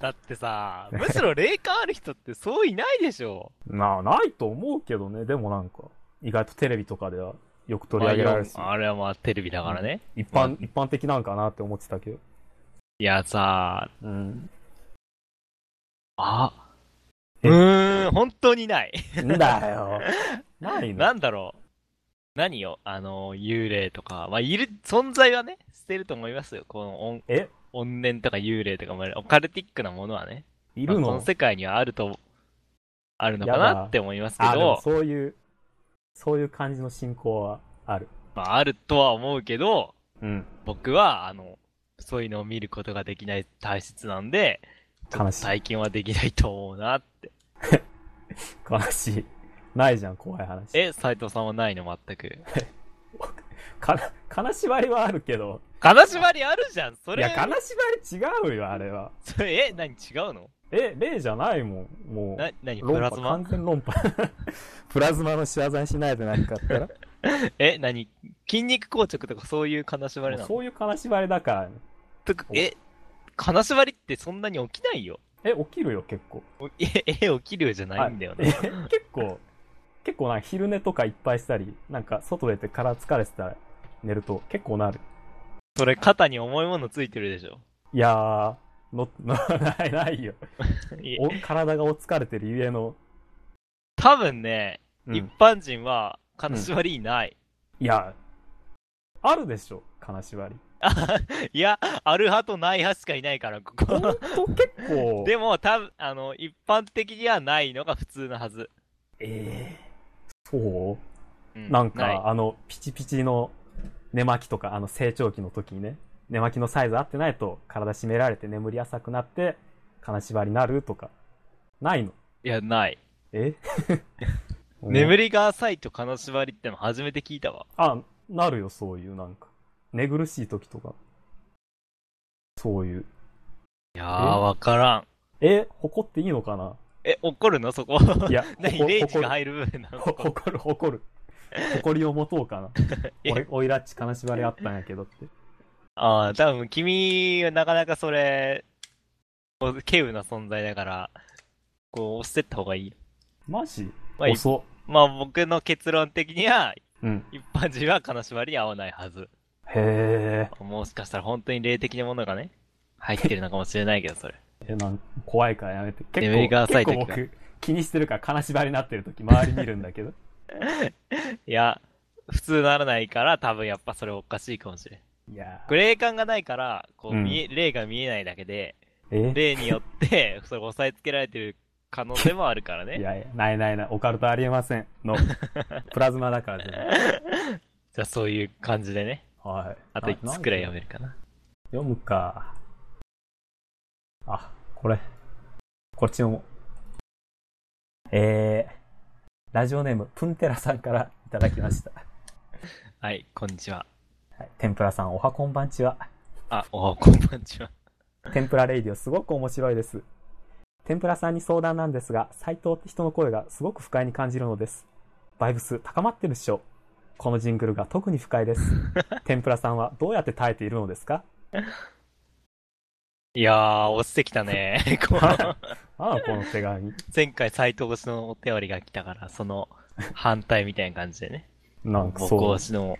B: だってさ、むしろ霊感ある人ってそういないでしょ。
A: な、ないと思うけどね。でもなんか、意外とテレビとかではよく取り上げられるし、
B: まああれはまあテレビだからね。
A: 一般、一般的なんかなって思ってたけど。
B: いやさ、
A: うん。
B: あ、
A: え
B: うーん、本当にない。
A: んだよ。ないの
B: なんだろう。何よ、あの、幽霊とか、まあ、いる、存在はね、捨てると思いますよ。この、怨
A: え
B: 怨念とか幽霊とかも、オカルティックなものはね。
A: いる
B: まあこ
A: の
B: の世界にはあると、あるのか
A: や
B: な
A: だ
B: って思いますけ
A: あ、でも
B: ど、
A: そういう、そういう感じの信仰はある。
B: まあ、あるとは思うけど、
A: うん。
B: 僕は、あの、そういうのを見ることができない体質なんで、
A: 悲しい。
B: 最近はできないと思うなって。
A: 悲しい。ないじゃん、怖い話。
B: え、斎藤さんはないの、全く。
A: かな、金縛りはあるけど。
B: 金縛りあるじゃん、そ
A: い
B: れ。
A: や、金縛り違うよ、あれは。
B: それえ、何違うの
A: え、例じゃないもん、もう。
B: な、何
A: 論
B: プ
A: 破
B: ラズマ
A: 完全論破。 <laughs> プラズマの仕業にしないとなかったら。
B: <laughs>
A: も
B: え、何筋肉硬直とかそういう金縛り
A: う
B: なの
A: そういう金縛りだからね、
B: とかえ、金縛りってそんなに起きないよ。 <laughs>
A: え、起きるよ、結構。
B: おえ、え、起きるよじゃないんだよ
A: は
B: ね。
A: いえ結構、結構なんか昼寝とかいっぱいしたり、なんか外出てから疲れてたら寝ると結構なる。
B: それ肩に重いものついてるでし
A: <laughs>
B: ょ。
A: いやー、の、のない、ないよ。
B: いえ
A: お体がお疲れてるゆえの、
B: 多分ね、
A: うん
B: 一般人は金縛りない。
A: いや、あるでしょ、金縛り。
B: あいや、ある派とない派しかいないから、こ
A: ほん
B: こ。
A: と結構、
B: <laughs> でも、多分、あの、一般的にはないのが普通のはず。
A: えー、そう
B: う
A: なん
B: い
A: か、あの、ピチピチの寝巻きとか、あの、成長期の時にね、寝巻きのサイズ合ってないと、体締められて眠り浅くなって、金縛りになるとか、ないの。
B: いや、ない。
A: え
B: 眠
A: り
B: りが浅いと金縛りっての初めて聞いたわ。
A: あ、なるよ、そういう、なんか。寝苦しい時とか。そういう。
B: いやー、
A: え
B: わからん。
A: え、誇っていいのかな
B: え、怒るのそこ。、
A: いや
B: <laughs> 何
A: ほこ
B: レイジが入る部分なの。
A: ほこ誇る、誇る。誇りを持とうかな
B: え
A: 俺、おいらっち金縛りあったんやけどって。
B: ああ、多分君はなかなかそれ、こう、軽有な存在だから、こう、押してった方がいい。
A: マジ
B: まあ、い
A: 遅
B: まあ僕の結論的には、
A: っ。うん。
B: 一般人は金縛りに合わないはず。
A: へ
B: もしかしたら本当に霊的なものがね、入ってるのかもしれないけど、それ。
A: え。え、なん怖いからやめて。結
B: 眠りが
A: 構、
B: 浅い
A: 結
B: 時
A: 構
B: は
A: 僕、気にしてるから金縛りになってる時、周り見るんだけど。
B: いや、普通ならないから、多分やっぱそれおかしいかもしれん。
A: いやー
B: 霊感がないから、こう、
A: うん
B: 見え、霊が見えないだけで、
A: え
B: 霊によって、 <laughs> それ押さえつけられてる可能性もあるから
A: い
B: ね。
A: やいや、ないないない、オカルトありえません。
B: <laughs>
A: の、プラズマだから全部
B: じゃあそういう感じでね。
A: はい。
B: あといつくらい読
A: る
B: めるかな。
A: 読むか。あ、これ。こっち読もう。えー、ラジオネーム、プンテラさんからいただきました。
B: はい、こんにちは。
A: はい、天ぷらさん、おはこんばんちは。
B: あ、おはこんばんちは。
A: 天ぷらレイディオすごく面白いです。天ぷらさんに相談なんですが、斎藤って人の声がすごく不快に感じるのです。バイブス高まってるっしょ。このジングルが特に不快です。天ぷらさんはどうやって耐えているのですか
B: いやー、落ちてきたね。 <laughs> この
A: ああ、この手紙。
B: 前回斎藤氏のお便りが来たから、その反対みたいな感じでね。
A: なんか
B: 僕
A: そう
B: 推。しの。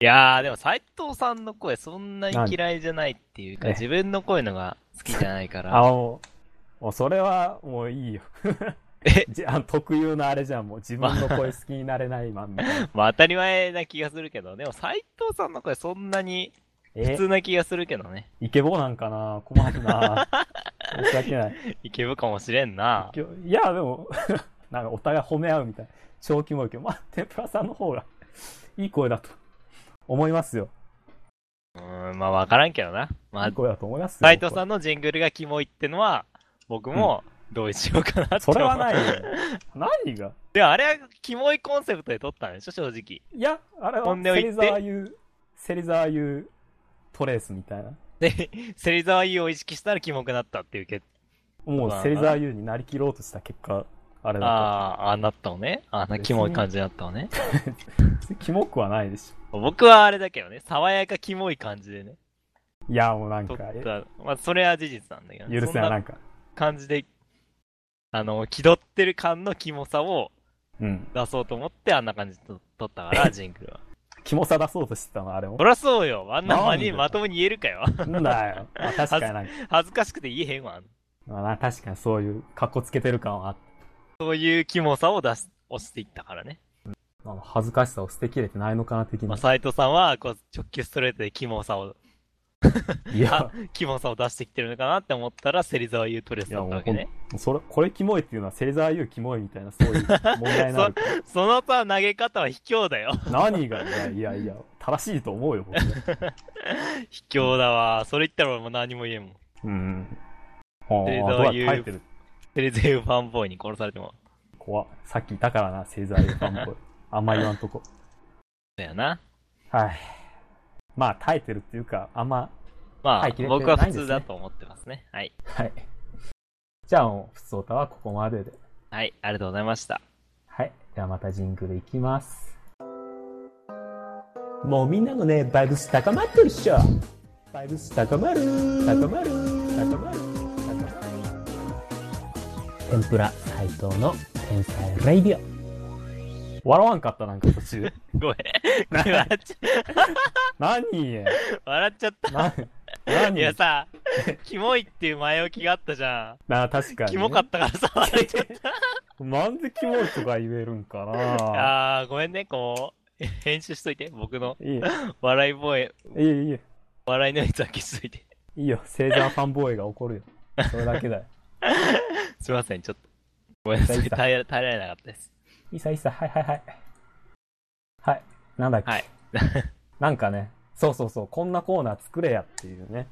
B: いやー、でも斎藤さんの声そんなに嫌いじゃないっていうか、
A: ええ
B: 自分の声のが好きじゃないから。
A: あもうもうそれはもういいよ。
B: え
A: <laughs> じあの特有のあれじゃん、もう自分の声好きになれないまんま。
B: まあ当たり前な気がするけど、でも斎藤さんの声そんなに普
A: え、
B: 通な気がするけど
A: <laughs>
B: ね。
A: イケボなんかな困るな申し訳ない。
B: いけるかもしれんな。
A: 今日いや、でも、 <laughs> なんかお互い褒め合うみたいな。超キモいけど、まあ、天ぷらさんの方が <laughs> いい声だと思いますよ。
B: うーん、まあわからんけどな。ま
A: いい
B: あ、
A: 声だと思いますよ。
B: 斎藤さ
A: ん
B: んのジングルがキモいってのは、僕も同意しようかなって
A: そ
B: 思う。
A: れはないよ。何が
B: <laughs> で、あれはキモいコンセプトで撮ったんでしょ、正直。
A: いや、あれは
B: 本音を言
A: セリ
B: って
A: ザーユー、セリザーユートレースみたいな。
B: で、芹沢優を意識したらキモくなったっていう結
A: も
B: まあ
A: うセリザーユーになりきろうとした結果、あれ
B: 果。
A: だ
B: ああ、ああなったのね。あんなキモい感じになったのね。
A: と。キモくはないでし
B: 僕はあれだけどね、爽やかキモい感じでね、
A: ょ。いや、もうなん
B: 撮
A: か
B: っ、た。まあ、それは事実なんだけど、
A: え許せ
B: そん
A: ない、な
B: なん
A: か。
B: 感じで、あの、気取ってる感のキモさを
A: うん。
B: 出そうと思って、あんな感じで撮撮っ
A: <laughs>
B: たから、ジングルは。
A: キモさ出そうとしてたの、あれも
B: そ。りゃそうよ。あんなま
A: なんで
B: に
A: だ
B: まともに言えるかよ。
A: なんだよ。まあ、確かになんか、
B: 恥ずかしくて言えへんわ。
A: まあな、確かにそういう、かっこつけてる感はあって。
B: そういうキモさを出し、押していったからね。
A: あの恥ずかしさを捨てきれてないのかな的
B: ま
A: な
B: あ、。斎藤さんは、こう、直球ストレートでキモさを
A: いや、
B: キモさを出してきてるのかなって思ったら、芹沢優トレスだったわけね。
A: それ、これキモいっていうのは、芹沢優キモいみたいな、そういう問題になるから。
B: そのさ、投げ方は卑怯だよ。 <laughs>
A: 何が、いやいやいや、正しいと思うよ、僕は。
B: 卑怯だわ。それ言ったら俺も何も言えんもん。
A: うん。ああ、ど
B: 芹
A: う
B: 沢
A: やっ
B: 優
A: て書いてる。
B: 芹沢優ファンボーイに殺されても。
A: 怖さっきいたからな、製材ファンボーイ。あんま言わんとこ。
B: だよな。
A: はい。まあ、耐えてるっていうか、あんま、
B: まあ、
A: はい切れて
B: 僕は
A: ないんです
B: 普
A: ね
B: 通だと思ってますね。はい。
A: はい。じゃあもう、普通歌はここまでで。
B: はい、ありがとうございました。
A: はい。ではまたジングルいきます。もうみんなのね、バイブス高まってるっしょ。バイブス高まる高まる高まる高まる。天ぷら斎藤の天才レイディオ。笑わんかったなんか途中。 <laughs>
B: ごめん。笑っち
A: 何 <laughs>
B: ゃ、笑っちゃっ
A: な
B: た。
A: 何
B: い
A: <laughs>
B: やさ、キモいっていう前置きがあったじゃ
A: な確か
B: ん。
A: に、
B: キモかったからさ、笑っちゃった。
A: た。なんでキモいとか言えるんかな
B: あー、ごめんね、こう、 <laughs> 編集しといて。僕の
A: いい、い
B: 笑い声、
A: い、いいよ。
B: 笑いのやつは消しといて。 <laughs>
A: いいよ。星座ファンボーイが怒るよ。それだけだよ。
B: すいません、ちょっと。ごめんなさ
A: 大
B: い、
A: 丈夫
B: 耐えら耐えられなかったです。
A: いいさいいさ、はいはいはい。はい。なんだっけ、 <laughs>
B: はい。
A: なんかね、そうそうそう、こんなコーナー作れやっていうね。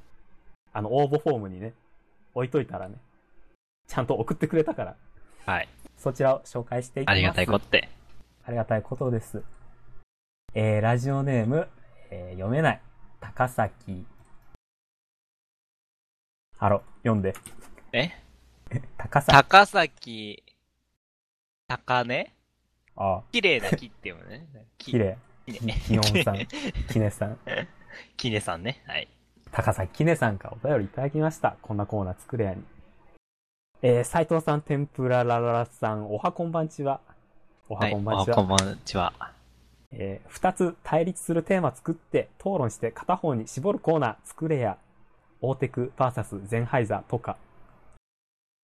A: あの、応募フォームにね、置いといたらね、ちゃんと送ってくれたから、
B: はい。
A: そちらを紹介していきま
B: あ
A: す。
B: りがたいこって。
A: ありがたいことです。えー、ラジオネーム、えー読めない。高崎。あろ、読んで。
B: え
A: 高崎。
B: <laughs> 高崎、高ね
A: ああ、
B: 綺麗な木って読
A: <laughs>
B: むね。
A: 綺麗。
B: 木。
A: きの
B: <laughs>
A: んさん、きねさん。
B: きねさんね。はい。
A: 高崎きねさんからお便りいただきました。こんなコーナー作れやに。えー、斉藤さん、天ぷらラララさん、おはこんばんちは。おはこんばんち
B: あこん
A: は。
B: ばんちは。
A: えー、二つ対立するテーマ作って、討論して片方に絞るコーナー作れや。オーテク VS ゼンハイザーとか。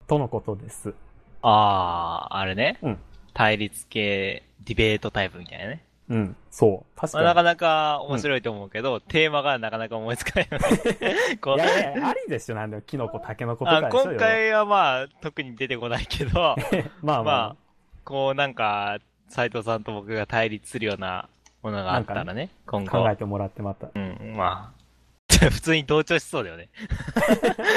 A: とのことです。
B: あー、あれね。
A: うん
B: 対立系、ディベートタイプみたいなね。
A: うん。そう。確
B: まあ、な
A: か
B: かなか面白いと思うけど、テーマがなかなか思いつかないよね。
A: <laughs>
B: こ
A: に。
B: う
A: いやいや、ありでしょ、なんでも。キノコ、タケノコとか
B: あ
A: でしょ。
B: 今回はまあ、特に出てこないけど、
A: いろいろ <laughs> まあまあ
B: まあ、こうなんか、斉藤さんと僕が対立するようなものがあったらね、今
A: まあ、考え
B: 後。
A: てもらってまた。
B: うん、まあ、 <laughs> 普通に同調しそうだよね。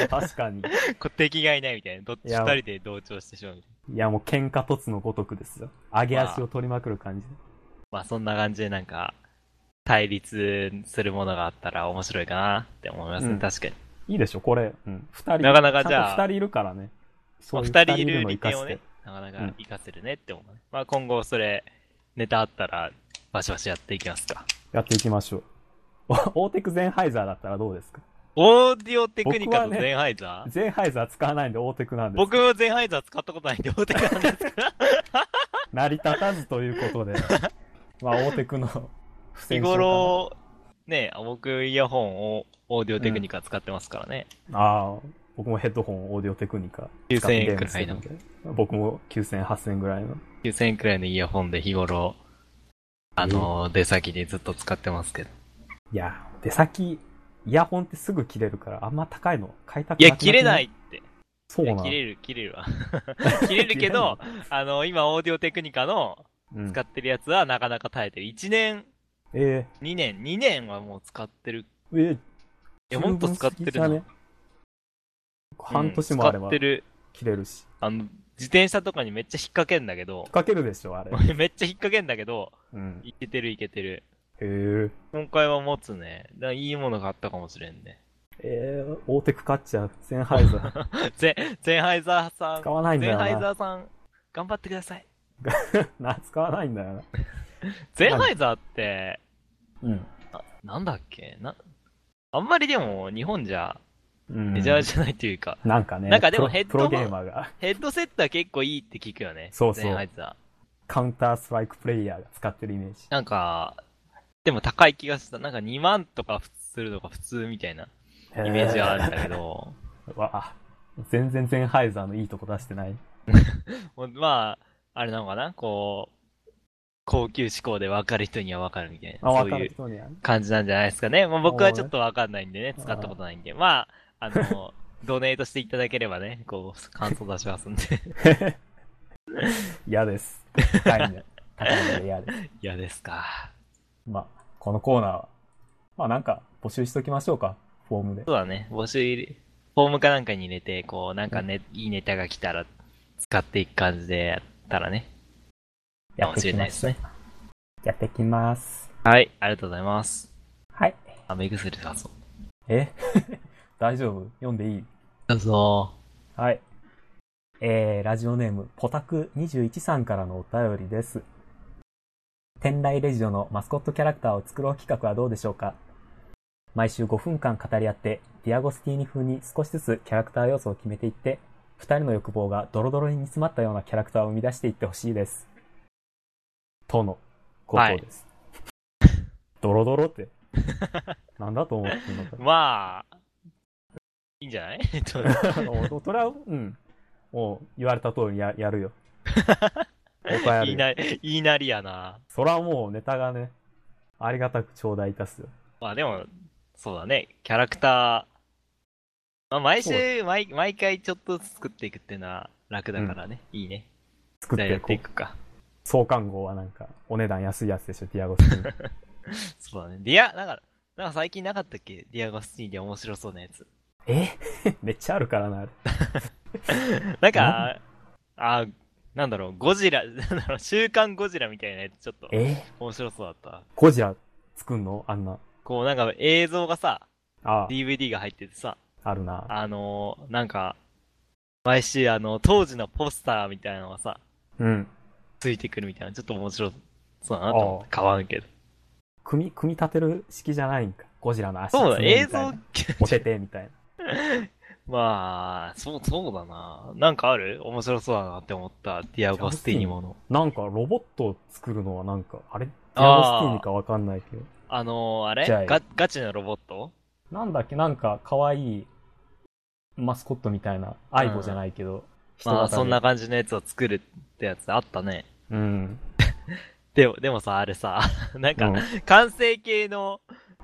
A: 確かに。
B: こう敵がいないみたいな。どっち
A: いや
B: 二人で同調してしまうみたいな。
A: いや、もう喧嘩突のごとくですよ。上げ足を取りまくる感じ。
B: まあそんな感じでなんか、対立するものがあったら面白いかなって思いますね、
A: うん
B: 確かに。
A: いいでしょ、これ。うん。二人。
B: なかなかじゃあ
A: ちんと二人いるからね。
B: ま
A: そ
B: あ
A: ういう
B: 二人いる
A: のを
B: 利
A: 生か
B: 点
A: し
B: を
A: て
B: ね。、なかな
A: う
B: か
A: ん
B: 活かせるねって思うね。まあ今後それ、ネタあったら、バシバシやっていきますか。
A: やっていきましょう。 <laughs> おオーテクゼンハイザーだったらどうですか
B: オーディオテクニカと
A: 僕はね
B: ゼンハイザー、
A: ゼンハイザー使わないんでオーテクなんです。
B: 僕もゼンハイザー使ったことないんで、オーディオテクなんですが、
A: 成り立たずということ
B: <laughs>
A: で。まあ、オーテクの <laughs> 不
B: 日
A: 戦勝かな
B: 頃、ね、僕イヤホンをオーディオテクニカ使ってますからね。
A: ああ、僕もヘッドホン、オーディオテクニカ。
B: 9000円くらいの
A: 使ってゲームしてるんで僕も9000円、8000円ぐらいの。
B: 9000円くらいのイヤホンで日頃、あの、出先でずっと使ってますけど。
A: いや、出先、イヤホンってすぐ切れるから、あんま高いの買いたく
B: い
A: なく
B: や、切れないって。
A: そう
B: いや
A: なの
B: 切れる、切れるわ。 <laughs> 切れるけ
A: <laughs>
B: ど、あの、今、オーディオテクニカの
A: うん
B: 使ってるやつはなかなか耐えてる。1年、
A: え
B: 2年、2年はもう使ってる。
A: ー、えー、
B: いや、もっと使ってる
A: 十分すぎ
B: な。
A: じゃね半年もあれ
B: うん使
A: ば
B: ってる。
A: 切れるし。
B: あの、自転車とかにめっちゃ引っ掛けんだけど <laughs>
A: 引っ、掛けるでしょ、あれ。
B: めっちゃ引っ掛けんだけど、
A: うん。
B: いけてるいけてる。
A: へえ。
B: 今回は持つね。だからいいものがあったかもしれんね。
A: えー、大手かかっちゃう。ゼンハ
B: <laughs>
A: イザー。
B: ゼ、ゼンハイザーさん
A: 使、わないんだ
B: ゼン
A: よ
B: ハイ
A: な。
B: ザーさん、頑張ってください。
A: な、使わないんだよな。
B: ゼンハイザーって、
A: うん。
B: なんだっけな、あんまりでも日本じゃ
A: うん、
B: メジャーじゃないというか、
A: なんかね、
B: なんかでも
A: プロ
B: ヘッド
A: プ
B: ホ
A: ロ
B: ン
A: ゲーマーが、
B: ヘッドセットは結構いいって聞くよね。
A: そうそう
B: ゼンハイザ
A: カウンターストライクプレイヤーが使ってるイメージ。
B: ー。なんか、でも高い気がした。なんか2万とかするのが普通みたいなイメージはあるんだけど、
A: へー。 <laughs> わあ、全然ゼンハイザーのいいとこ出してない。
B: もうまあ、あれなのかなこう、高級志向で分かる人には分かるみたいな。
A: あ、わ
B: そう
A: か
B: いう
A: る人にはね。
B: 感じなんじゃないですかね。まあ、僕はちょっとわかんないんでね、
A: そうね
B: 使ったことないんで。まあ、
A: <laughs>
B: あの、ドネートしていただければね、こう、感想出します
A: <laughs>
B: んで。
A: 嫌です。高いんで。高いんで嫌です。
B: 嫌ですか。
A: まあ、このコーナーは、まあなんか募集しときましょうか、フォームで。
B: そうだね、募集入れ、フォームかなんかに入れて、こう、なんかね、いいネタが来たら、使っていく感じでやったらね、
A: や
B: か
A: っ
B: も
A: て
B: しれ
A: き
B: な
A: ま
B: いです
A: す。
B: ね。
A: やってきます。
B: はい、ありがとうございます。
A: はい。
B: あ、目薬さそう。
A: え <laughs> 大丈夫読んでいい
B: さそ
A: はい。えー、ラジオネーム、ポタク21さんからのお便りです。天来レジオのマスコットキャラクターを作ろう企画はどうでしょうか毎週5分間語り合って、ディアゴスティーニ風に少しずつキャラクター要素を決めていって、2人の欲望がドロドロに煮詰まったようなキャラクターを生み出していってほしいです。とのことです。ドロドロって、なんだと思ってんのか
B: う。まあ、いいんじゃない <laughs> えっと
A: おそれは、うん。もう、言われた通りややる
B: <laughs>
A: よ。僕はやる
B: 言い
A: よ。
B: なり、言いなりやな。
A: それはもう、ネタがね、ありがたく頂戴いたすよ。
B: まあでも、そうだね。キャラクター、まあ毎
A: そう
B: 週、毎、毎回ちょっとずつ作っていくっていうのは楽だからね。いいね。
A: 作っ
B: じゃあ
A: て
B: や
A: い
B: って
A: こ。
B: いうくか。
A: 創刊号はなんか、お値段安いやつでしょ、ディアゴス
B: <laughs>
A: 君。
B: そうだね。ディア、なんか、なんか最近なかったっけディアゴスティーニで面白そうなやつ。
A: え <laughs> めっちゃあるからな、あれ。
B: なんか、あ、なんだろう、ゴジラ、 <laughs> なんだろう、週刊ゴジラみたいなやつ、ちょっと
A: え
B: 面白そうだった。
A: ゴジラ作んのあんな。
B: こう、なんか映像がさ、
A: あ
B: DVD が入っててさ、
A: あ、あるな。
B: あのーなんか、毎週、あの、当時のポスターみたいなのがさ、
A: うん。
B: ついてくるみたいな、ちょっと面白そうだなと思って、買わんけど。
A: 組み、組み立てる式じゃないんか。ゴジラの足
B: そうだ、
A: 爪みたい
B: 映像
A: な、おててみたいな。
B: <laughs> まあ、そう、そうだな。なんかある面白そうだなって思った、ディアゴスティーニもの。
A: なんか、ロボットを作るのはなんか、あれディアゴス
B: あー
A: ティーニかわかんないけど。
B: あのーあ
A: じゃあ
B: れガガチのロボット
A: なんだっけ、なんか、可愛いマスコットみたいな、アイボじゃないけど、人
B: まあ、
A: 型で
B: そんな感じのやつを作るってやつあったね。
A: うん。
B: でも、でもさ、あれさ、 <laughs> なん
A: う
B: か
A: ん、
B: 完成形の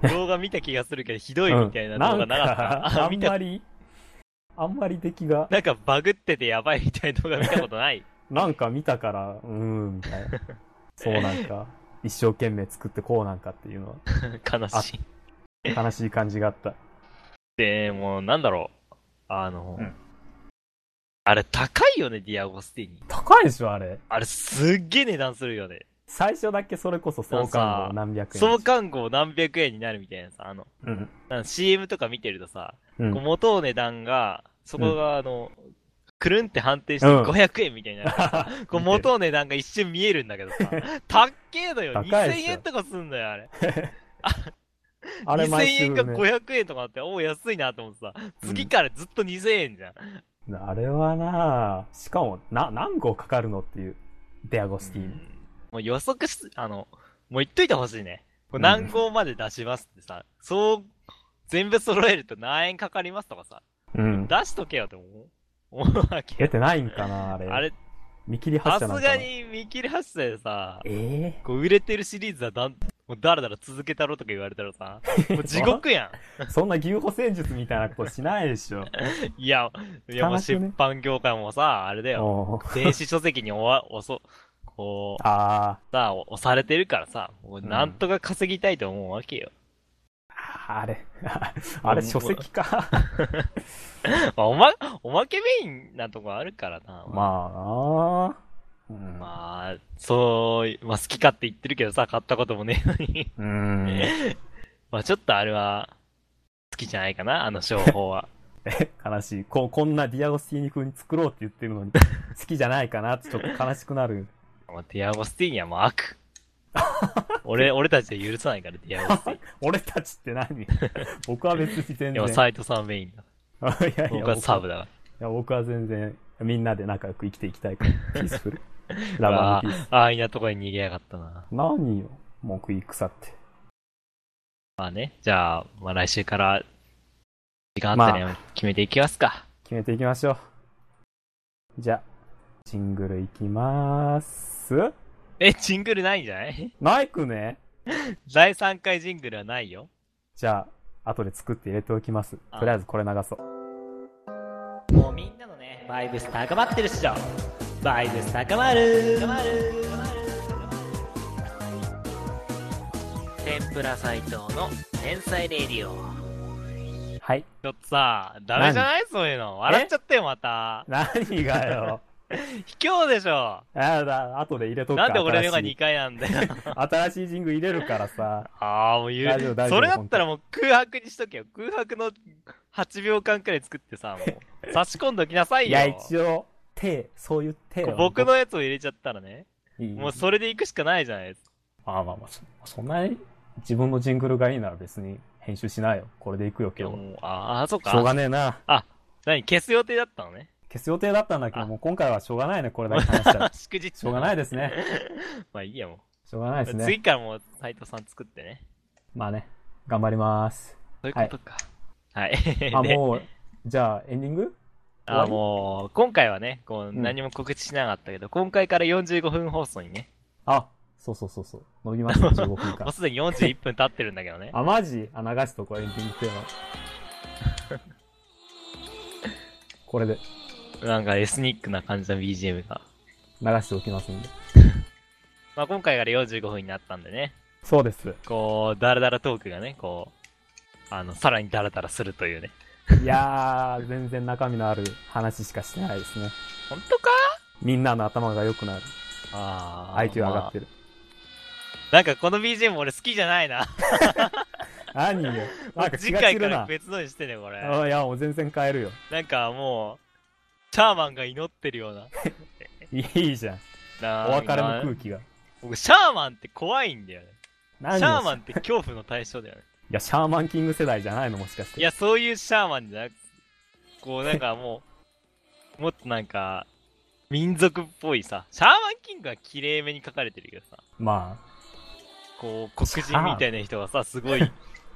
B: 動画見た気がするけど、ひどいみたいな動画な
A: な
B: か
A: ん
B: った。
A: か
B: あ
A: あん
B: <laughs> 見た
A: まり、あんまり出来が、
B: なんかバグっててやばいみたいな動画見たことない。
A: なんか見たから、うーん、みたいな。そうなんか、一生懸命作ってこうなんかっていうの
B: <laughs> 悲しい。
A: は、悲しい感じがあ
B: <laughs>
A: った。
B: で、もうなんだろう。あの、
A: うん
B: あれ高いよね、ディアゴスティーニ。
A: 高いでしょ、あれ。
B: あれすっげえ値段するよね。
A: 最初だけそれこそ相関号何百円。
B: 創刊号何百円になるみたいなさ、あの、
A: うん。 <laughs>
B: なんか CM とか見てるとさ、
A: うん
B: こう元の値段が、そこがあの、くるんって反転して
A: うん
B: 500円みたいに
A: <laughs>
B: なるからさ、こう元の値段が一瞬見えるんだけどさ、たっけえのよ、
A: 高いで
B: 2000
A: すよ
B: 円とかすんだよ、あれ。
A: あれ
B: 2000
A: 毎週、
B: 円が
A: ね、
B: 500円とかあって、おお、安いなと思ってさ、
A: うん
B: 次からずっと2000円じゃん。
A: あれはなあしかも、な、何号かかるのっていう、デアゴスティーニ。
B: もう予測し、あの、もう言っといてほしいね。こう何号まで出しますってさ、そう、全部揃えると何円かかりますとかさ、
A: うん。
B: 出しとけよって思う思うわけ
A: 出
B: よ。
A: てないんかなあれ。
B: あれ、
A: 見切り発
B: さ
A: 車
B: す
A: なんかな
B: が。に見切り発車でさ、
A: ええ
B: こう売れてるシリーズはだん、もうだらだら続けたろとか言われた
A: <laughs>
B: らさ、もう地獄や
A: そんな牛歩戦術みたいなことしないでしょ。
B: ん。いや、いやもう
A: 悲しいね
B: 出版業界もさ、あれだよ、
A: おー
B: 電子書籍におわ、おそ、こう、
A: あ
B: さ、押されてるからさ、もううんなんとか稼ぎたいと思うわけよ。
A: ー、あれ、あれ書籍
B: <laughs>
A: か。
B: まあ、おま、おまけメインなとこあるからな。あ。
A: まあなうん
B: まあ、そう、まあ好きかって言ってるけどさ、買ったこともねえのに。 <laughs>
A: うーん。
B: まあちょっとあれは、好きじゃないかな、あの商法は。
A: 悲しい。ここんなディアゴスティーニ風に作ろうって言ってる
B: <laughs>
A: のに、好きじゃないかなってちょっと悲しくなる。
B: もうディアゴスティーニはもう悪。俺、俺たちは許さないから、ディアゴスティーニ。
A: 俺たちって
B: <laughs>
A: 何僕は別に全
B: で
A: 然。
B: も、斎藤さんメインだ。
A: あいやいや
B: 僕はサブだか
A: いや、僕は全然、みんなで仲良く生きていきたいから、
B: <laughs>
A: ピースフル。
B: ら。
A: ラバーのピー
B: ああ、安易なとこに逃げやがったな。
A: ス。何よ、文句言い腐って。
B: まあね、じゃあ、まあ来週から、時間あったら決めていきますか。
A: 決めていきましょう。じゃあ、ジングルいきまーす。
B: え、ジングルないんじゃない <laughs>
A: マイクね。
B: 第3回ジングルはないよ。
A: じゃあ、後で作って入れておきます。
B: あ
A: とりあえずこれ流そう。
B: もうみんなのね、バイブス高まってるっしょ。バイブス高まる。高まる。天ぷら斎藤の天才レディオ。
A: はい。
B: ちょっとさ、ダメじゃないそういうの。笑っちゃったよ、また。 <laughs>
A: 何がよ。
B: 卑怯でしょ
A: あだ、後で入れとく
B: なんで俺の
A: 新
B: が
A: し
B: 2
A: い
B: 回なんだ <laughs> よ。
A: 新しい神宮入れるからさ。
B: ああ、もう言
A: 大丈夫
B: う。
A: 大丈夫
B: それだったらもう空白にしとけよ。空白の8秒間くらい作ってさ、も <laughs> う、差し込んどきなさいよ。
A: いや、一応、手、そういう手
B: こ
A: は
B: う僕のやつを入れちゃったらね、
A: いい
B: もうそれで行くしかないじゃないですか。
A: まあまあまあ、そそんなに自分のジングルがいいなら別に編集しないよ。これでいくよ、
B: いや
A: 今
B: も
A: 日。
B: う、ああ、そう
A: しょう
B: か。
A: がねえな。
B: 何、消す予定だったのね。
A: 消す予定だったんだけど、
B: あ。
A: もう今回はしょうがないね、これだけ話したら
B: <laughs> 祝日。
A: しょうがない
B: で
A: ですね。
B: す。まあいいやも
A: しょうがな
B: う。
A: いですね。
B: 次からもう斎藤さん作ってね。
A: まあね、頑張ります。
B: そういうことか。はい。
A: あ、
B: <laughs> で
A: もう、じゃあエンディング
B: あもう、今回はね、こうん何も告知しなかったけど、今回から45分放送にね、
A: あ、そうそうそうそう。伸びました、15分
B: もう <laughs>
A: 間。
B: すでに41分経ってるんだけ
A: <laughs>
B: どね。
A: あ、マジあ、流すとこエンディングテーマ。これで
B: なんかエスニックな感じの BGM が。
A: 流しておきますんで。
B: まあ今回から45分になったんでね、
A: そうです。
B: こう、ダラダラトークがね、こう、あの、さらにダラダラするというね。
A: いやー、全然中身のある話しかしてないですね。
B: 本当か
A: みんなの頭が良くなる。
B: ああ。
A: IQ 上がって
B: る。
A: る。
B: なんかこの BGM 俺好きじゃないな。
A: 何よ。なんか気
B: 次
A: が
B: 回
A: 散
B: か
A: る
B: ら
A: な。
B: 別のにしてね、これ。
A: あいや、もう全然変えるよ。
B: なんかもう、シャーマンが祈ってるような。
A: いいじゃん。
B: な
A: お別れの
B: 今
A: 空気が。
B: 僕、シャーマンって怖いんだよね。
A: 何を
B: シャーマンって恐怖の対
A: <laughs>
B: 象だよね。
A: いや、シャーマンキング世代じゃないのもしかして。
B: いや、そういうシャーマンじゃなくこう、なんかもう、もっとなんか、民族っぽいさ、シャーマンキングは綺麗めに描かれてるけどさ、
A: まあ、
B: こう、黒人みたいな人がさ、すごい、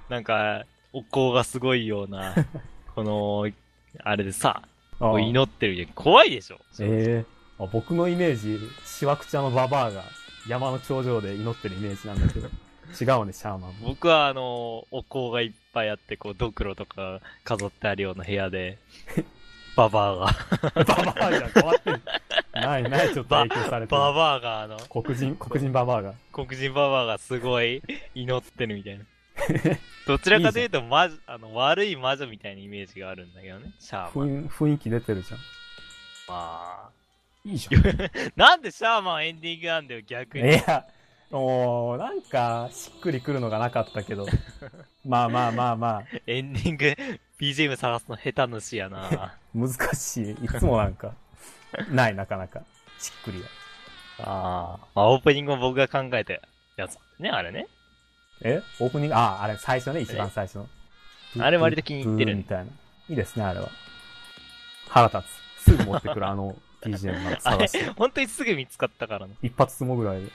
B: なんか、お香がすごいよう
A: <laughs>
B: な、この、あれでさ、こ
A: あ
B: う
A: あ
B: 祈ってるけど、怖いでしょ。
A: ええあ僕のイメージ、しわくちゃのババアが山の頂上で祈ってるイメージなんだけど、違うね、シャーマンも。 <laughs>
B: 僕はあの、お香がいっぱいあって、こう、ドクロとか飾ってあるような部屋で、 <laughs> ババアが、
A: ババアじゃん、変わってる。ないない、ちょっと
B: バ
A: <laughs> 影響されて
B: バ
A: る。
B: バアがあの、
A: 黒人、黒人ババアが。
B: 黒人ババアがすごい祈ってる
A: <laughs>
B: みたいな。どちらかというと魔女あの悪い魔女みたいなイメージがあるんだけどね、シャーマン。
A: 雰雰囲気出てるじゃん。
B: ま
A: いいじゃん。
B: あ、なんでシャーマンエンディングなんだよ、逆に。
A: いや、もう、なんか、しっくりくるのがなかったけど。まあまあまあまあ、
B: エンディング、BGM 探すの下手なしやな。
A: 難しい。いつもなん
B: <laughs>
A: か、ない、なかなか。しっくりは。
B: あー、まあ、オープニングも僕が考えたやつね、あれね。
A: えオープニング、あ、あれ、最初ね、一番最初の。
B: あれ割と気に入ってる
A: ブーみたいな。いいですね、あれは。腹立つ。すぐ持って
B: <laughs>
A: くる、あの、BGM なんか
B: あ
A: 探
B: れ
A: して。、
B: 本当にすぐ見つかったからな。
A: 一発相撲ぐらいで。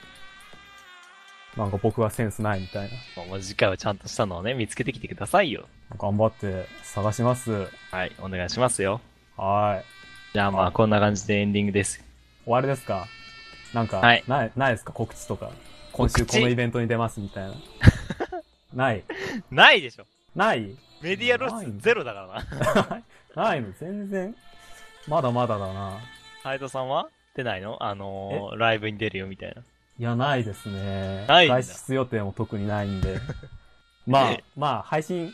A: なんか僕はセンスないみたいな。
B: まあ、もう次回はちゃんとしたのをね、見つけてきてくださいよ。
A: 頑張って探します。
B: はい、お願いしますよ。
A: はい。
B: じゃあまあ、こんな感じでエンディングです。
A: 終わりですかなんか、
B: はい
A: ない、ないですか告知とか。今週
B: 告知
A: このイベントに出ますみた
B: <laughs>
A: いな。ない。
B: ないでしょ
A: ない
B: メディアロスゼロだからな。 <laughs>
A: <laughs> ないの全然。まだまだだな。
B: 斉藤さんは出ないのあのー、ライブに出るよみたいな。
A: いや、ないですね。
B: ないんだ
A: 外出予定も特にないん
B: <laughs>
A: で。まあ、まあ、配信、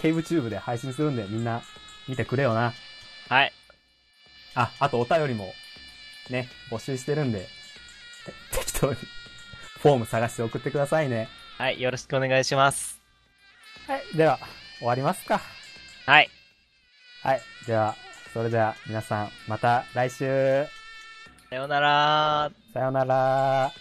A: ケーブチューブで配信するんで、みんな見てくれよな。
B: はい。
A: あ、あとお便りも、ね、募集してるんで、て適当に、フォーム探して送ってくださいね。
B: はい、よろしくお願いします。
A: はい、では、終わりますか。
B: はい。
A: はい、では、それでは皆さん、また来週、
B: さようなら
A: さようなら。